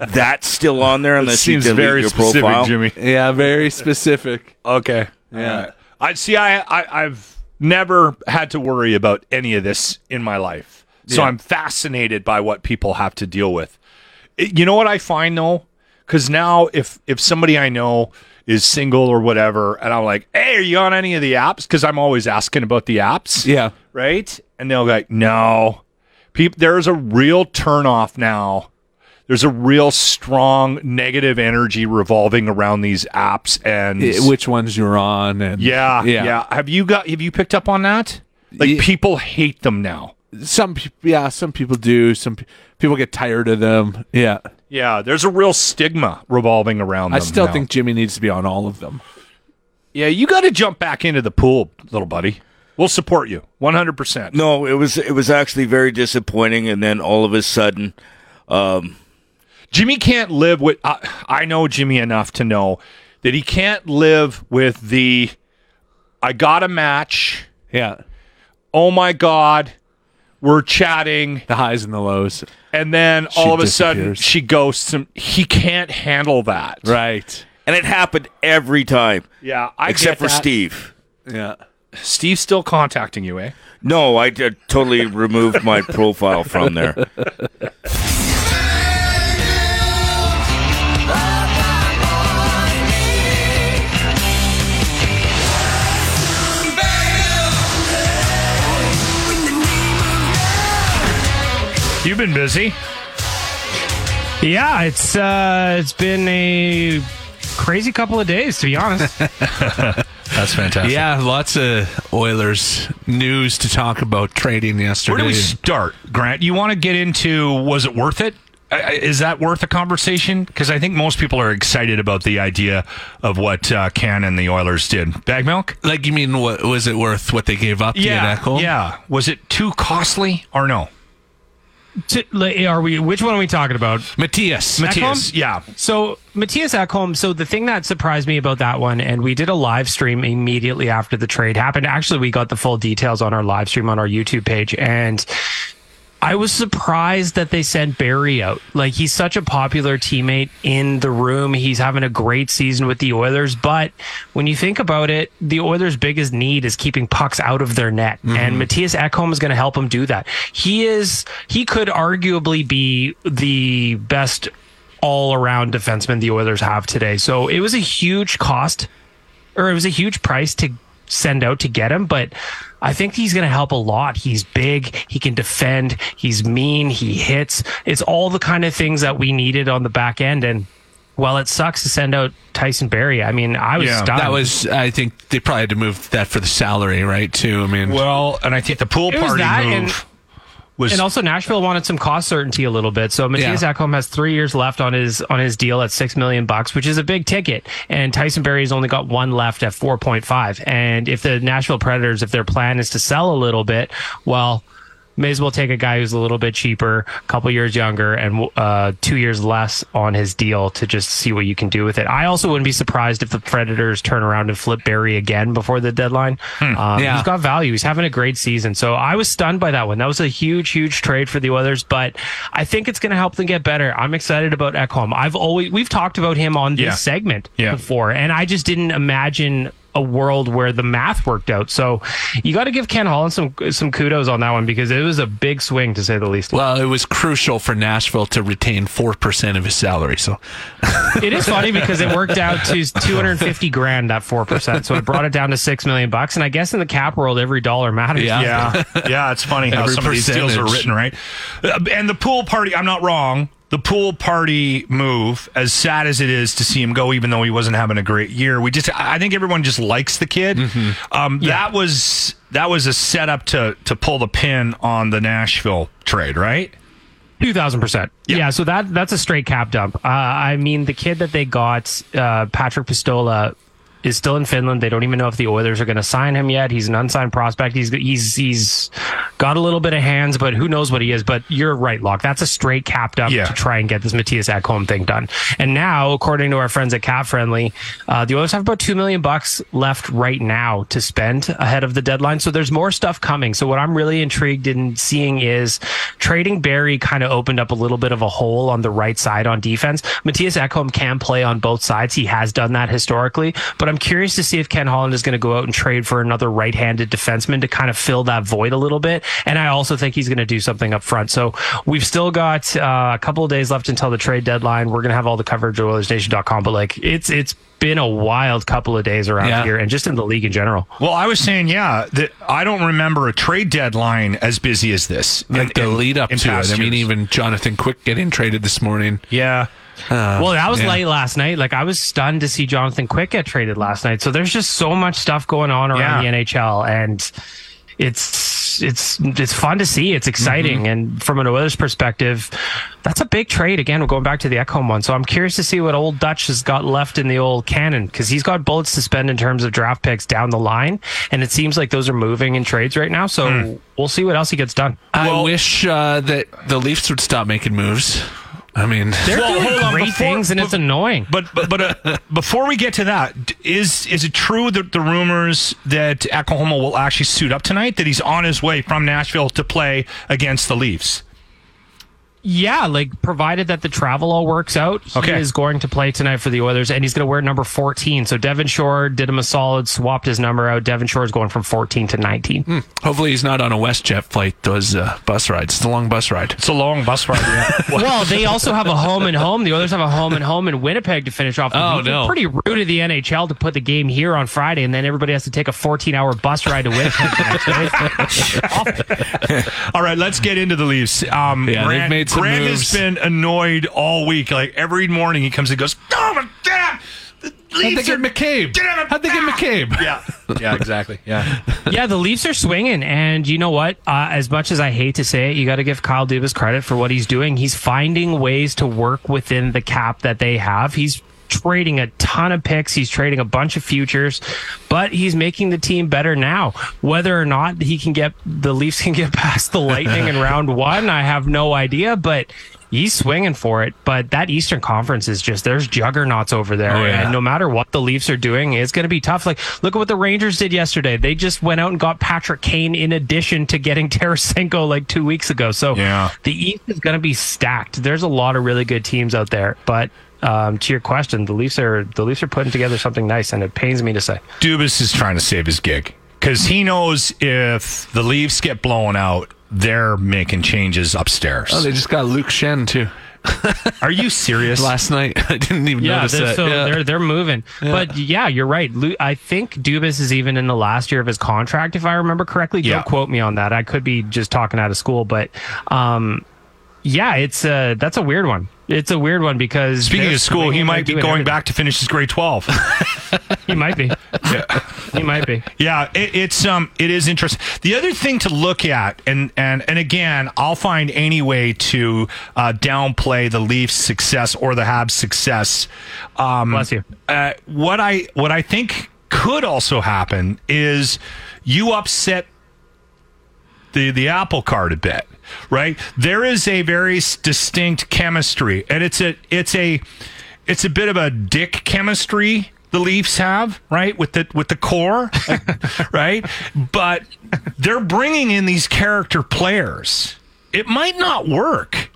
[SPEAKER 7] that's still on there unless
[SPEAKER 5] seems
[SPEAKER 7] you delete
[SPEAKER 5] very
[SPEAKER 7] your
[SPEAKER 5] specific,
[SPEAKER 7] profile
[SPEAKER 5] Jimmy.
[SPEAKER 4] Yeah, very specific.
[SPEAKER 5] Okay,
[SPEAKER 4] Yeah.
[SPEAKER 5] I see. I, I I've never had to worry about any of this in my life, so I'm fascinated by what people have to deal with. It- you know what I find though, because now if if somebody I know is single or whatever, and I'm like, hey, are you on any of the apps? Because I'm always asking about the apps.
[SPEAKER 4] Yeah.
[SPEAKER 5] Right? And they'll be like, no. People, there's a real turnoff now. There's a real strong negative energy revolving around these apps and
[SPEAKER 4] I- which ones you're on and
[SPEAKER 5] yeah, yeah,
[SPEAKER 4] yeah.
[SPEAKER 5] Have you got? Have you picked up on that? Like
[SPEAKER 4] Ye-
[SPEAKER 5] people hate them now.
[SPEAKER 4] Some peop yeah, some people do. Some pe- people get tired of them. Yeah,
[SPEAKER 5] Yeah, there's a real stigma revolving around.
[SPEAKER 4] I
[SPEAKER 5] them
[SPEAKER 4] still
[SPEAKER 5] now.
[SPEAKER 4] think Jimmy needs to be on all of them.
[SPEAKER 5] Yeah, you got to jump back into the pool, little buddy. We'll support you 100. percent
[SPEAKER 7] No, it was it was actually very disappointing. And then all of a sudden, Um,
[SPEAKER 5] Jimmy can't live with. I I know Jimmy enough to know that he can't live with the. I got a match.
[SPEAKER 4] Yeah.
[SPEAKER 5] Oh my God, we're chatting,
[SPEAKER 4] The highs and the lows.
[SPEAKER 5] and then all of a sudden
[SPEAKER 4] disappears.
[SPEAKER 5] she ghosts him. He can't handle that.
[SPEAKER 4] Right.
[SPEAKER 7] and it happened every time,
[SPEAKER 5] Yeah. I
[SPEAKER 7] except for
[SPEAKER 5] get that.
[SPEAKER 7] Steve.
[SPEAKER 4] Yeah.
[SPEAKER 5] Steve's still contacting you, eh?
[SPEAKER 7] No, I uh, totally removed my profile from there.
[SPEAKER 5] You've been busy.
[SPEAKER 12] Yeah, it's uh, it's been a crazy couple of days to be honest.
[SPEAKER 5] That's fantastic.
[SPEAKER 6] Yeah, lots of Oilers news to talk about trading yesterday.
[SPEAKER 5] Where do we start, Grant? You want to get into was it worth it? I- I- Is that worth a conversation? Because I think most people are excited about the idea of what uh, Can and the Oilers did. Bag milk?
[SPEAKER 6] like, you mean, what, was it worth what they gave up to Eichel?
[SPEAKER 5] yeah. Was it too costly or no?
[SPEAKER 12] T- like, are we? Which one are we talking about?
[SPEAKER 6] Matthias.
[SPEAKER 5] Matthias,
[SPEAKER 12] Ekholm?
[SPEAKER 5] yeah.
[SPEAKER 12] So Matthias Ekholm. So the thing that surprised me about that one, and we did a live stream immediately after the trade happened. Actually, we got the full details on our live stream on our YouTube page, and I was surprised that they sent Barry out. Like he's such a popular teammate in the room. He's having a great season with the Oilers, but when you think about it, the Oilers' biggest need is keeping pucks out of their net, and Matthias Ekholm is going to help him do that. He is he could arguably be the best all-around defenseman the Oilers have today. So it was a huge cost or it was a huge price to send out to get him, but I think he's going to help a lot. He's big, he can defend, he's mean, he hits. It's all the kind of things that we needed on the back end and while it sucks to send out Tyson Berry, I mean, I was stunned.
[SPEAKER 6] That was, I think they probably had to move that for the salary, right? Too. I mean,
[SPEAKER 5] Well, and I think the pool
[SPEAKER 12] It was
[SPEAKER 5] party
[SPEAKER 12] that
[SPEAKER 5] move
[SPEAKER 12] and-
[SPEAKER 5] was.
[SPEAKER 12] and also Nashville wanted some cost certainty a little bit. So Matthias
[SPEAKER 6] Yeah.
[SPEAKER 12] Ekholm has three years left on his on his deal at six million bucks, which is a big ticket. And Tyson Berry's only got one left at four point five. And if the Nashville Predators, if their plan is to sell a little bit, well, may as well take a guy who's a little bit cheaper, a couple years younger, and uh, two years less on his deal to just see what you can do with it. I also wouldn't be surprised if the Predators turn around and flip Berry again before the deadline.
[SPEAKER 5] Hmm,
[SPEAKER 12] Um,
[SPEAKER 6] Yeah.
[SPEAKER 12] He's got value. He's having a great season. So I was stunned by that one. That was a huge, huge trade for the Oilers, but I think it's going to help them get better. I'm excited about Ekholm. I've always we've talked about him on this
[SPEAKER 5] Yeah.
[SPEAKER 12] segment
[SPEAKER 5] Yeah.
[SPEAKER 12] before, and I just didn't imagine a world where the math worked out. So you got to give Ken Holland some some kudos on that one because it was a big swing to say the least.
[SPEAKER 6] Well, it was crucial for Nashville to retain 4% of his salary. So
[SPEAKER 12] it is funny because it worked out to 250 grand that 4%. So it brought it down to 6 million bucks and I guess in the cap world every dollar matters.
[SPEAKER 6] Yeah.
[SPEAKER 5] yeah, yeah, it's funny how
[SPEAKER 6] Every
[SPEAKER 5] some of these deals are
[SPEAKER 6] percentage.
[SPEAKER 5] written, right? Uh, And the pool party, I'm not wrong. The pool party move, as sad as it is to see him go, even though he wasn't having a great year, we just, I think everyone just likes the kid. Um, That was that was a setup to to pull the pin on the Nashville trade, right?
[SPEAKER 12] Two thousand percent. Yeah. So that that's a straight cap dump. Uh, I mean, the kid that they got, uh, Patrick Pistola, is still in Finland. They don't even know if the Oilers are going to sign him yet. He's an unsigned prospect. He's he's he's got a little bit of hands, but who knows what he is. But you're right, Locke. That's a straight cap dump
[SPEAKER 5] Yeah.
[SPEAKER 12] to try and get this Matthias Ekholm thing done. And now, according to our friends at Cap Friendly, uh, the Oilers have about two million bucks left right now to spend ahead of the deadline. So there's more stuff coming. So what I'm really intrigued in seeing is trading Barry kind of opened up a little bit of a hole on the right side on defense. Matthias Ekholm can play on both sides. He has done that historically, but I'm curious to see if Ken Holland is going to go out and trade for another right-handed defenseman to kind of fill that void a little bit. And I also think he's going to do something up front. So we've still got uh, a couple of days left until the trade deadline. We're going to have all the coverage at OilersNation.com, but like it's it's been a wild couple of days around
[SPEAKER 6] Yeah.
[SPEAKER 12] here and just in the league in general.
[SPEAKER 5] Well, I was saying, yeah, that I don't remember a trade deadline as busy as this.
[SPEAKER 6] like the lead up
[SPEAKER 5] in
[SPEAKER 6] to it.
[SPEAKER 5] past
[SPEAKER 6] I mean,
[SPEAKER 5] years.
[SPEAKER 6] even Jonathan Quick getting traded this morning.
[SPEAKER 5] yeah.
[SPEAKER 12] Well, that was
[SPEAKER 6] yeah.
[SPEAKER 12] late last night. Like I was stunned to see Jonathan Quick get traded last night. So there's just so much stuff going on around
[SPEAKER 5] Yeah.
[SPEAKER 12] the NHL, and it's it's it's it's fun to see. It's
[SPEAKER 13] Mm-hmm.
[SPEAKER 12] exciting, and from an Oilers perspective, that's a big trade. Again, we're going back to the Ekholm one, so I'm curious to see what old Dutch has got left in the old cannon because he's got bullets to spend in terms of draft picks down the line, and it seems like those are moving in trades right now. So
[SPEAKER 13] Hmm.
[SPEAKER 12] we'll see what else he gets done.
[SPEAKER 5] I wish uh, that the Leafs would stop making moves. I mean,
[SPEAKER 12] They're
[SPEAKER 13] Well,
[SPEAKER 12] doing
[SPEAKER 13] hold on,
[SPEAKER 12] great
[SPEAKER 13] before-
[SPEAKER 12] things, and it's annoying.
[SPEAKER 13] But but, but uh, before we get to that, d- is is it true that the rumors that Oklahoma will actually suit up tonight? That he's on his way from Nashville to play against the Leafs?
[SPEAKER 12] Yeah, like provided that the travel all works out, he
[SPEAKER 13] Okay.
[SPEAKER 12] is going to play tonight for the Oilers, and he's going to wear number fourteen. So Devon Shore did him a solid, swapped his number out. Devon Shore is going from fourteen to nineteen.
[SPEAKER 5] Hmm. hopefully he's not on a WestJet flight. Those uh, bus rides. It's a long bus ride.
[SPEAKER 13] It's a long bus ride. yeah.
[SPEAKER 12] Well, they also have a home and home. The Oilers have a home and home in Winnipeg to finish off. The
[SPEAKER 5] Oh,
[SPEAKER 12] weekend.
[SPEAKER 5] no.
[SPEAKER 12] Pretty rude of the NHL to put the game here on Friday, and then everybody has to take a fourteen-hour bus ride to Winnipeg. the next day. Awful.
[SPEAKER 13] All right, let's get into the Leafs. Um,
[SPEAKER 5] Yeah, they've
[SPEAKER 13] Grant,
[SPEAKER 5] made some
[SPEAKER 13] Grant
[SPEAKER 5] moves.
[SPEAKER 13] has been annoyed all week. Like every morning, he comes and goes, "Oh my god, the
[SPEAKER 5] How'd they
[SPEAKER 13] Leafs
[SPEAKER 5] get
[SPEAKER 13] are-
[SPEAKER 5] McCabe?
[SPEAKER 13] Get out of-
[SPEAKER 5] How'd they get McCabe?
[SPEAKER 13] Yeah,
[SPEAKER 14] Yeah, exactly. Yeah.
[SPEAKER 12] yeah, the Leafs are swinging, and you know what? Uh, as much as I hate to say it, you got to give Kyle Dubas credit for what he's doing. He's finding ways to work within the cap that they have. He's trading a ton of picks. He's trading a bunch of futures, but he's making the team better now. Whether or not he can get the Leafs can get past the Lightning in round one, I have no idea, but. He's swinging for it, but that Eastern Conference is just there's juggernauts over there,
[SPEAKER 5] Oh, yeah.
[SPEAKER 12] and no matter what the Leafs are doing, it's going to be tough. Like, look at what the Rangers did yesterday. They just went out and got Patrick Kane in addition to getting Tarasenko like two weeks ago. So
[SPEAKER 13] Yeah.
[SPEAKER 12] the East is going to be stacked. There's a lot of really good teams out there, but. Um, to your question, the Leafs are the Leafs are putting together something nice, and it pains me to say.
[SPEAKER 13] Dubas is trying to save his gig because he knows if the Leafs get blown out, they're making changes upstairs.
[SPEAKER 5] Oh, they just got Luke Shen too
[SPEAKER 13] Are you serious?
[SPEAKER 5] last night. I didn't even
[SPEAKER 12] Yeah,
[SPEAKER 5] notice
[SPEAKER 12] they're,
[SPEAKER 5] that.
[SPEAKER 12] so
[SPEAKER 5] Yeah.
[SPEAKER 12] they're they're moving, but yeah, you're right. Lu- I think Dubas is even in the last year of his contract, if I remember correctly.
[SPEAKER 13] Yeah.
[SPEAKER 12] Don't quote me on that. I could be just talking out of school, but um, yeah, it's a that's a weird one. It's a weird one because
[SPEAKER 13] Speaking
[SPEAKER 12] they're
[SPEAKER 13] of school, he
[SPEAKER 12] swinging,
[SPEAKER 13] might be
[SPEAKER 12] they're
[SPEAKER 13] going
[SPEAKER 12] doing everything.
[SPEAKER 13] back to finish his grade twelve.
[SPEAKER 12] He might be. He might be.
[SPEAKER 13] yeah, it, it's um, it is interesting. The other thing to look at, and and and again, I'll find any way to uh, downplay the Leafs' success or the Habs' success. Um,
[SPEAKER 12] Bless you.
[SPEAKER 13] Uh, what I what I think could also happen is you upset the the apple cart a bit right there is a very s- distinct chemistry and it's a it's a it's a bit of a dick chemistry the leafs have right with the with the core right but they're bringing in these character players it might not work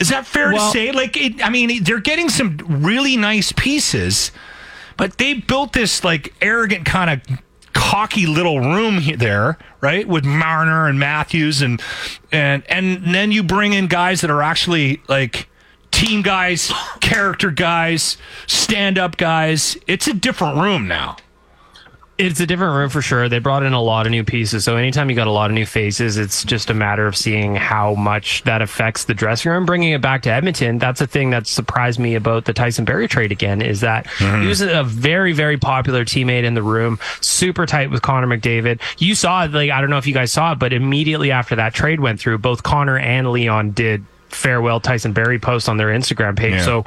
[SPEAKER 13] is that fair
[SPEAKER 12] Well-
[SPEAKER 13] to say like it, i mean they're getting some really nice pieces but they built this like arrogant kind of cocky little room he- there, right? With Marner and Matthews and and and then you bring in guys that are actually like team guys, character guys, stand up guys. It's a different room now.
[SPEAKER 12] It's a different room for sure. They brought in a lot of new pieces. So anytime you got a lot of new faces, it's just a matter of seeing how much that affects the dressing room. Bringing it back to Edmonton, that's the thing that surprised me about the Tyson Berry trade again is that he was a very, very popular teammate in the room, super tight with Connor McDavid. You saw, like, I don't know if you guys saw it, but immediately after that trade went through, both Connor and Leon did farewell Tyson Berry posts on their Instagram page. So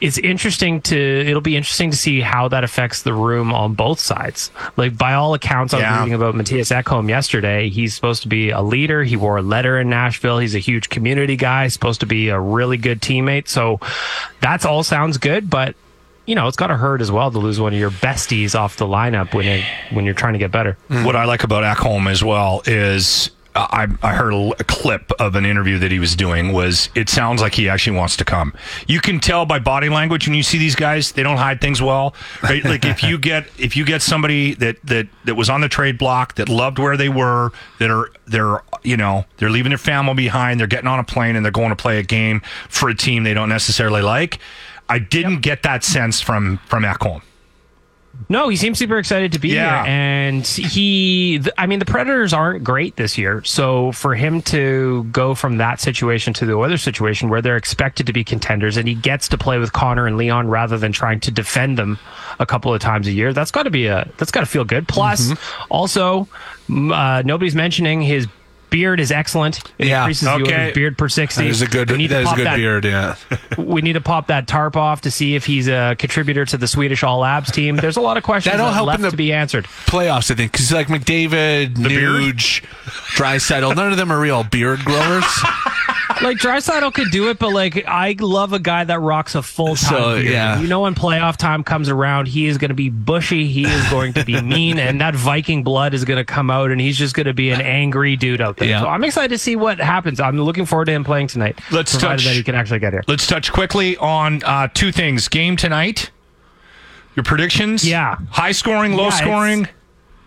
[SPEAKER 12] it's interesting to it'll be interesting to see how that affects the room on both sides. Like by all accounts, I was
[SPEAKER 13] Yeah.
[SPEAKER 12] reading about Matthias Ekholm yesterday. He's supposed to be a leader. He wore a letter in Nashville. He's a huge community guy. Supposed to be a really good teammate. So that's all sounds good, but you know it's got to hurt as well to lose one of your besties off the lineup when it, when you're trying to get better.
[SPEAKER 13] What I like about Ekholm as well is uh, I, I heard a, l- a clip of an interview that he was doing was it sounds like he actually wants to come. You can tell by body language when you see these guys; they don't hide things well, right? like if you get if you get somebody that that that was on the trade block that loved where they were, that are they're you know they're leaving their family behind, they're getting on a plane and they're going to play a game for a team they don't necessarily like. I didn't get that sense from from Ekholm.
[SPEAKER 12] No, he seems super excited to be
[SPEAKER 5] Yeah.
[SPEAKER 12] here, and he. th- I mean, the Predators aren't great this year, so for him to go from that situation to the other situation where they're expected to be contenders, and he gets to play with Connor and Leon rather than trying to defend them a couple of times a year, that's got to be a that's got to feel good. Plus,
[SPEAKER 13] Mm-hmm.
[SPEAKER 12] also, m- uh, nobody's mentioning his beard is excellent. It
[SPEAKER 13] Yeah.
[SPEAKER 12] increases the
[SPEAKER 5] Okay.
[SPEAKER 12] Oilers' beard per sixty.
[SPEAKER 13] That is a good.
[SPEAKER 12] We need to
[SPEAKER 13] That is a
[SPEAKER 12] pop
[SPEAKER 13] good
[SPEAKER 12] that
[SPEAKER 13] beard. Yeah.
[SPEAKER 12] we need to pop that tarp off to see if he's a contributor to the Swedish All Abs team. There's a lot of questions
[SPEAKER 13] That'll
[SPEAKER 12] that
[SPEAKER 13] help
[SPEAKER 12] left
[SPEAKER 13] in the-
[SPEAKER 12] to be answered.
[SPEAKER 13] Playoffs, I think, because like McDavid, Nuge, Drysaddle, none of them are real beard growers.
[SPEAKER 12] Like Drysaddle could do it, but like I love a guy that rocks a full time.
[SPEAKER 13] So, yeah.
[SPEAKER 12] you know when playoff time comes around, he is going to be bushy. He is going to be mean, and that Viking blood is going to come out, and he's just going to be an angry dude out there.
[SPEAKER 13] Yeah.
[SPEAKER 12] So I'm excited to see what happens. I'm looking forward to him playing tonight.
[SPEAKER 5] Let's
[SPEAKER 12] provided
[SPEAKER 5] touch-
[SPEAKER 12] that he can actually get here.
[SPEAKER 5] Let's touch quickly on uh, two things: game tonight, your predictions.
[SPEAKER 12] Yeah.
[SPEAKER 5] high scoring, low
[SPEAKER 12] Yeah, it's-
[SPEAKER 5] scoring.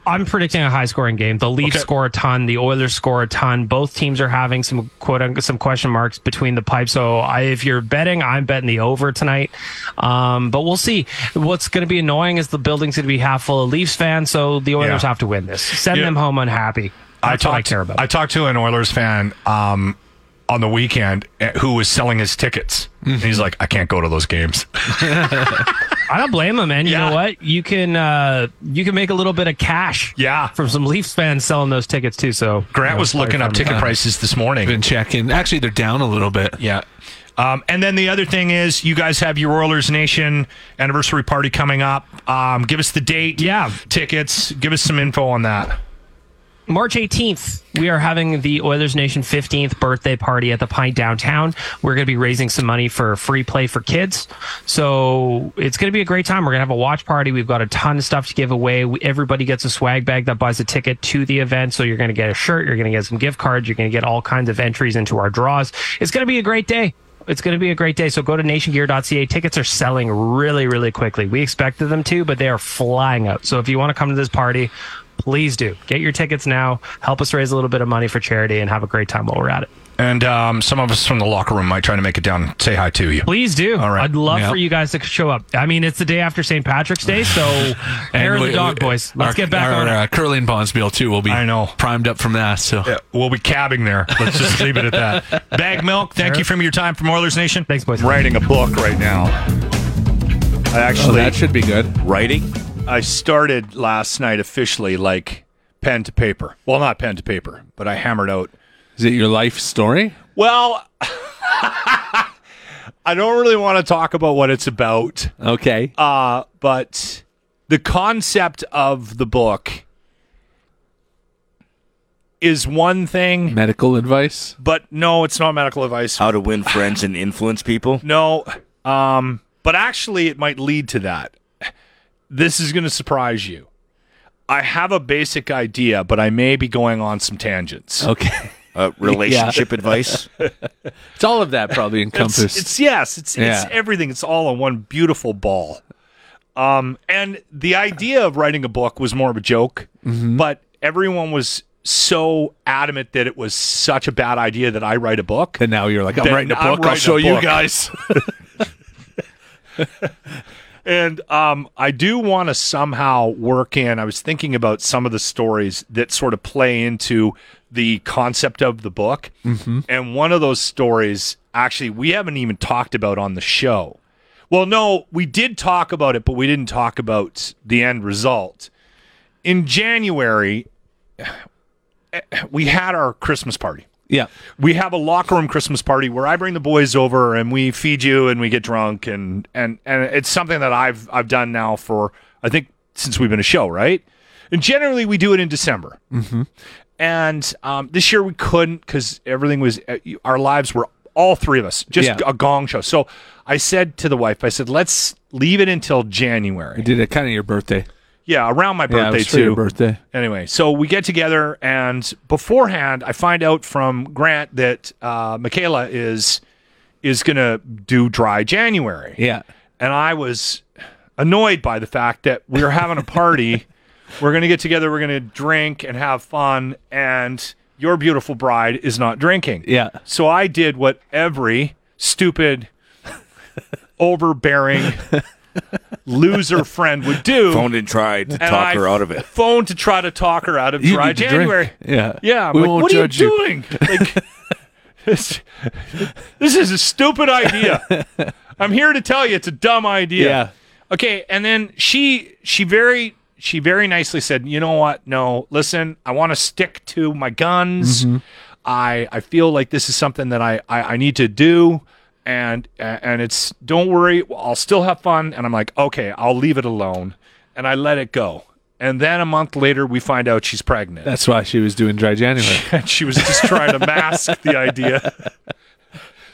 [SPEAKER 12] I'm predicting a high scoring game. The Leafs
[SPEAKER 5] Okay.
[SPEAKER 12] score a ton. The Oilers score a ton. Both teams are having some quote unquote some question marks between the pipes. So I, if you're betting, I'm betting the over tonight. Um, but we'll see. What's going to be annoying is the building's going to be half full of Leafs fans. So the Oilers
[SPEAKER 5] Yeah.
[SPEAKER 12] have to win this. Send
[SPEAKER 5] Yeah.
[SPEAKER 12] them home unhappy. That's
[SPEAKER 5] I
[SPEAKER 12] what I
[SPEAKER 5] talked-
[SPEAKER 12] care about.
[SPEAKER 5] I talked to an Oilers fan um, on the weekend eh, who was selling his tickets. And he's like, I can't go to those games.
[SPEAKER 12] I don't blame them, man. You
[SPEAKER 5] Yeah.
[SPEAKER 12] know what? You can uh, you can make a little bit of cash.
[SPEAKER 5] Yeah.
[SPEAKER 12] From some Leafs fans selling those tickets too. So
[SPEAKER 5] Grant was looking up ticket prices this morning.
[SPEAKER 13] Been checking. Actually, they're down a little bit.
[SPEAKER 5] Yeah. Um, and then the other thing is, you guys have your Oilers Nation anniversary party coming up. Um, give us the date.
[SPEAKER 12] Yeah.
[SPEAKER 5] Tickets. Give us some info on that.
[SPEAKER 12] March 18th, we are having the Oilers Nation 15th birthday party at the Pint downtown. We're going to be raising some money for free play for kids. So it's going to be a great time. We're going to have a watch party. We've got a ton of stuff to give away. We, everybody gets a swag bag that buys a ticket to the event. So you're going to get a shirt, you're going to get some gift cards, you're going to get all kinds of entries into our draws. It's going to be a great day. It's going to be a great day. So go to nationgear.ca. Tickets are selling really, really quickly. We expected them to, but they are flying out. So if you want to come to this party, please do get your tickets now help us raise a little bit of money for charity and have a great time while we're at it
[SPEAKER 5] And um, some of us from the locker room might try to make it down and say hi to you.
[SPEAKER 12] please do
[SPEAKER 5] All right.
[SPEAKER 12] i'd love
[SPEAKER 13] Yeah.
[SPEAKER 12] for you guys to show up i mean it's the day after st patrick's day so hair
[SPEAKER 13] And
[SPEAKER 12] of the
[SPEAKER 13] we-
[SPEAKER 12] dog
[SPEAKER 13] we-
[SPEAKER 12] boys let's
[SPEAKER 13] our-
[SPEAKER 12] get back
[SPEAKER 13] our,
[SPEAKER 12] on it
[SPEAKER 13] Uh, curling bonds bill too will be.
[SPEAKER 5] I know.
[SPEAKER 13] primed up from that. So
[SPEAKER 5] Yeah, we'll be cabbing there. Let's just leave it at that. Bag Milk, thank you for your time from Oilers Nation.
[SPEAKER 12] Thanks, boys.
[SPEAKER 5] I'm writing a book right now. I
[SPEAKER 4] Oh,
[SPEAKER 5] actually,
[SPEAKER 4] that should be good.
[SPEAKER 7] Writing?
[SPEAKER 5] I started last night officially, like pen to paper. Well, not pen to paper, but I hammered out.
[SPEAKER 4] Is it your life story?
[SPEAKER 5] Well, I don't really want to talk about what it's about.
[SPEAKER 4] Okay.
[SPEAKER 5] Uh, but the concept of the book is one thing,
[SPEAKER 4] Medical advice.
[SPEAKER 5] but no, it's not medical advice.
[SPEAKER 7] How to win friends and influence people?
[SPEAKER 5] No. Um, but actually, it might lead to that. This is going to surprise you. I have a basic idea, but I may be going on some tangents.
[SPEAKER 4] Okay.
[SPEAKER 7] Uh, relationship advice?
[SPEAKER 4] It's all of that probably
[SPEAKER 5] It's,
[SPEAKER 4] encompassed.
[SPEAKER 5] it's yes, it's
[SPEAKER 4] Yeah.
[SPEAKER 5] it's everything. It's all in one beautiful ball. Um, and the idea of writing a book was more of a joke, but everyone was so adamant that it was such a bad idea that I write a book.
[SPEAKER 4] and now you're like, I'm
[SPEAKER 5] Then
[SPEAKER 4] writing a book.
[SPEAKER 5] I'm
[SPEAKER 4] i will
[SPEAKER 5] writing a
[SPEAKER 4] show you
[SPEAKER 5] book.
[SPEAKER 4] guys.
[SPEAKER 5] And um, I do want to somehow work in. I was thinking about some of the stories that sort of play into the concept of the book. Mm-hmm. And one of those stories, actually, we haven't even talked about on the show. Well, no, we did talk about it, but we didn't talk about the end result. In January, we had our Christmas party
[SPEAKER 4] yeah.
[SPEAKER 5] we have a locker room Christmas party where I bring the boys over and we feed you and we get drunk and and and it's something that I've I've done now for I think since we've been a show, right? And generally we do it in December. Mm-hmm. And um, this year we couldn't because everything was uh, you- our lives were all three of us just
[SPEAKER 4] Yeah.
[SPEAKER 5] a gong show. So I said to the wife, I said, let's leave it until January.
[SPEAKER 4] You did it kind of your birthday.
[SPEAKER 5] Yeah, around my
[SPEAKER 4] Yeah, it
[SPEAKER 5] birthday
[SPEAKER 4] was for
[SPEAKER 5] too.
[SPEAKER 4] your birthday.
[SPEAKER 5] Anyway, so we get together, and beforehand, I find out from Grant that uh, Michaela is is gonna do dry January,
[SPEAKER 4] Yeah.
[SPEAKER 5] and I was annoyed by the fact that we were having a party. we're gonna get together, we're gonna drink and have fun, and your beautiful bride is not drinking.
[SPEAKER 4] Yeah.
[SPEAKER 5] So I did what every stupid, overbearing loser friend would do.
[SPEAKER 7] Phoned and tried to
[SPEAKER 5] And
[SPEAKER 7] talk
[SPEAKER 5] I
[SPEAKER 7] her out of it.
[SPEAKER 5] Phoned to try to talk her out of
[SPEAKER 4] You
[SPEAKER 5] dry
[SPEAKER 4] need to drink.
[SPEAKER 5] January.
[SPEAKER 4] Yeah.
[SPEAKER 5] Yeah. I'm
[SPEAKER 4] We
[SPEAKER 5] like,
[SPEAKER 4] won't
[SPEAKER 5] what
[SPEAKER 4] judge
[SPEAKER 5] are
[SPEAKER 4] you."
[SPEAKER 5] you doing? Like, this, this is a stupid idea. I'm here to tell you it's a dumb idea.
[SPEAKER 4] Yeah.
[SPEAKER 5] Okay, and then she she very she very nicely said, "You know what? No, listen, I want to stick to my guns.
[SPEAKER 4] Mm-hmm.
[SPEAKER 5] I I feel like this is something that I I, I need to do." And and it's don't worry, I'll still have fun. And I'm like, okay, I'll leave it alone, and I let it go. And then a month later, we find out she's pregnant
[SPEAKER 4] That's why she was doing dry January.
[SPEAKER 5] and she was just trying to mask the idea.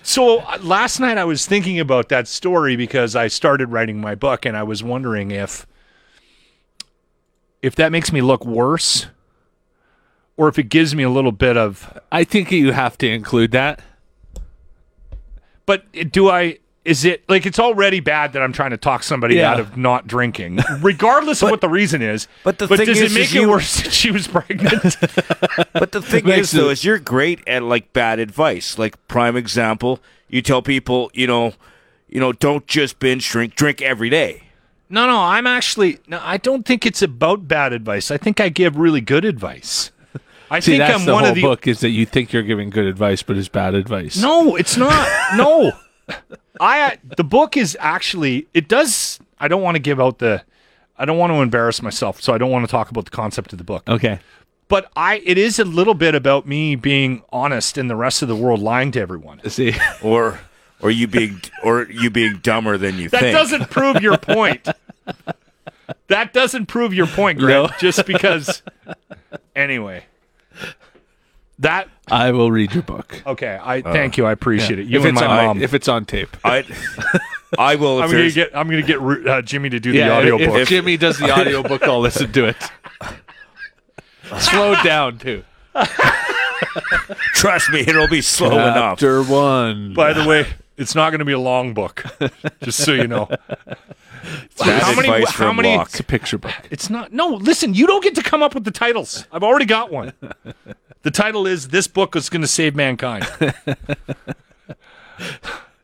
[SPEAKER 5] So uh, last night I was thinking about that story because I started writing my book and I was wondering if if that makes me look worse or if it gives me a little bit of
[SPEAKER 4] I think you have to include that.
[SPEAKER 5] but do I is it like it's already bad that I'm trying to talk somebody
[SPEAKER 4] Yeah.
[SPEAKER 5] out of not drinking, regardless of what the reason is?
[SPEAKER 7] but the thing
[SPEAKER 5] does
[SPEAKER 7] is,
[SPEAKER 5] it make
[SPEAKER 7] is
[SPEAKER 5] it
[SPEAKER 7] you-
[SPEAKER 5] worse that she was pregnant?
[SPEAKER 7] But the thing is,
[SPEAKER 4] Makes
[SPEAKER 7] though,
[SPEAKER 4] it-
[SPEAKER 7] is you're great at like bad advice. Like prime example, you tell people, you know, you know, don't just binge drink, drink every day.
[SPEAKER 5] No, no, I'm actually. No, I don't think it's about bad advice. I think I give really good advice. I
[SPEAKER 4] See,
[SPEAKER 5] think
[SPEAKER 4] that's
[SPEAKER 5] I'm
[SPEAKER 4] the
[SPEAKER 5] one
[SPEAKER 4] whole
[SPEAKER 5] of the.
[SPEAKER 4] book is that you think you're giving good advice, but it's bad advice.
[SPEAKER 5] No, it's not. No, I. The book is actually. It does. I don't want to give out the. I don't want to embarrass myself, so I don't want to talk about the concept of the book.
[SPEAKER 4] Okay.
[SPEAKER 5] But I, it is a little bit about me being honest and the rest of the world lying to everyone.
[SPEAKER 4] See,
[SPEAKER 7] Or or you being or you being dumber than you
[SPEAKER 5] That
[SPEAKER 7] think.
[SPEAKER 5] doesn't prove your point. that doesn't prove your point, Greg. Just because. Anyway, that
[SPEAKER 4] I will read your book.
[SPEAKER 5] okay. I thank you. I appreciate it. You
[SPEAKER 4] if
[SPEAKER 5] and
[SPEAKER 4] it's
[SPEAKER 5] my
[SPEAKER 4] on,
[SPEAKER 5] mom.
[SPEAKER 4] if it's on tape.
[SPEAKER 7] I I will. If
[SPEAKER 5] I'm gonna
[SPEAKER 7] there's-
[SPEAKER 5] get. I'm gonna get Ru- uh, Jimmy to do the
[SPEAKER 4] Yeah,
[SPEAKER 5] audio
[SPEAKER 4] if,
[SPEAKER 5] book.
[SPEAKER 4] if Jimmy does the audiobook, I'll listen to it. Slow down too.
[SPEAKER 7] trust me, it'll be slow enough.
[SPEAKER 4] After one.
[SPEAKER 5] By the way, it's not gonna be a long book. Just so you know.
[SPEAKER 7] Bad
[SPEAKER 5] how many-
[SPEAKER 7] advice
[SPEAKER 5] how
[SPEAKER 7] from
[SPEAKER 5] many-
[SPEAKER 7] Locke.
[SPEAKER 4] it's a picture book.
[SPEAKER 5] It's not. No, listen. You don't get to come up with the titles. I've already got one. The title is "This Book Is Going to Save Mankind."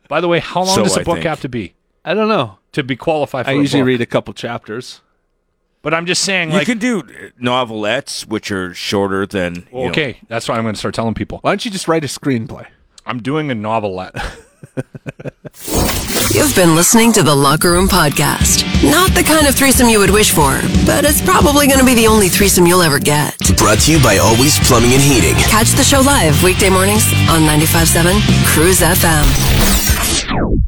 [SPEAKER 5] By the way, how long
[SPEAKER 7] So
[SPEAKER 5] does a
[SPEAKER 7] I
[SPEAKER 5] book
[SPEAKER 7] think.
[SPEAKER 5] have to be
[SPEAKER 4] I don't know.
[SPEAKER 5] to be qualified for
[SPEAKER 4] I
[SPEAKER 5] a
[SPEAKER 4] usually
[SPEAKER 5] book?
[SPEAKER 4] read a couple chapters.
[SPEAKER 5] But I'm just saying,
[SPEAKER 7] You
[SPEAKER 5] like,
[SPEAKER 7] can do novelettes, which are shorter than you know,
[SPEAKER 5] okay, that's why I'm going to start telling people.
[SPEAKER 4] Why don't you just write a screenplay?
[SPEAKER 5] I'm doing a novelette.
[SPEAKER 15] You've been listening to the Locker Room Podcast. Not the kind of threesome you would wish for, but it's probably going to be the only threesome you'll ever get.
[SPEAKER 1] Brought to you by Always Plumbing and Heating.
[SPEAKER 15] Catch the show live weekday mornings on 95.7 Cruise FM.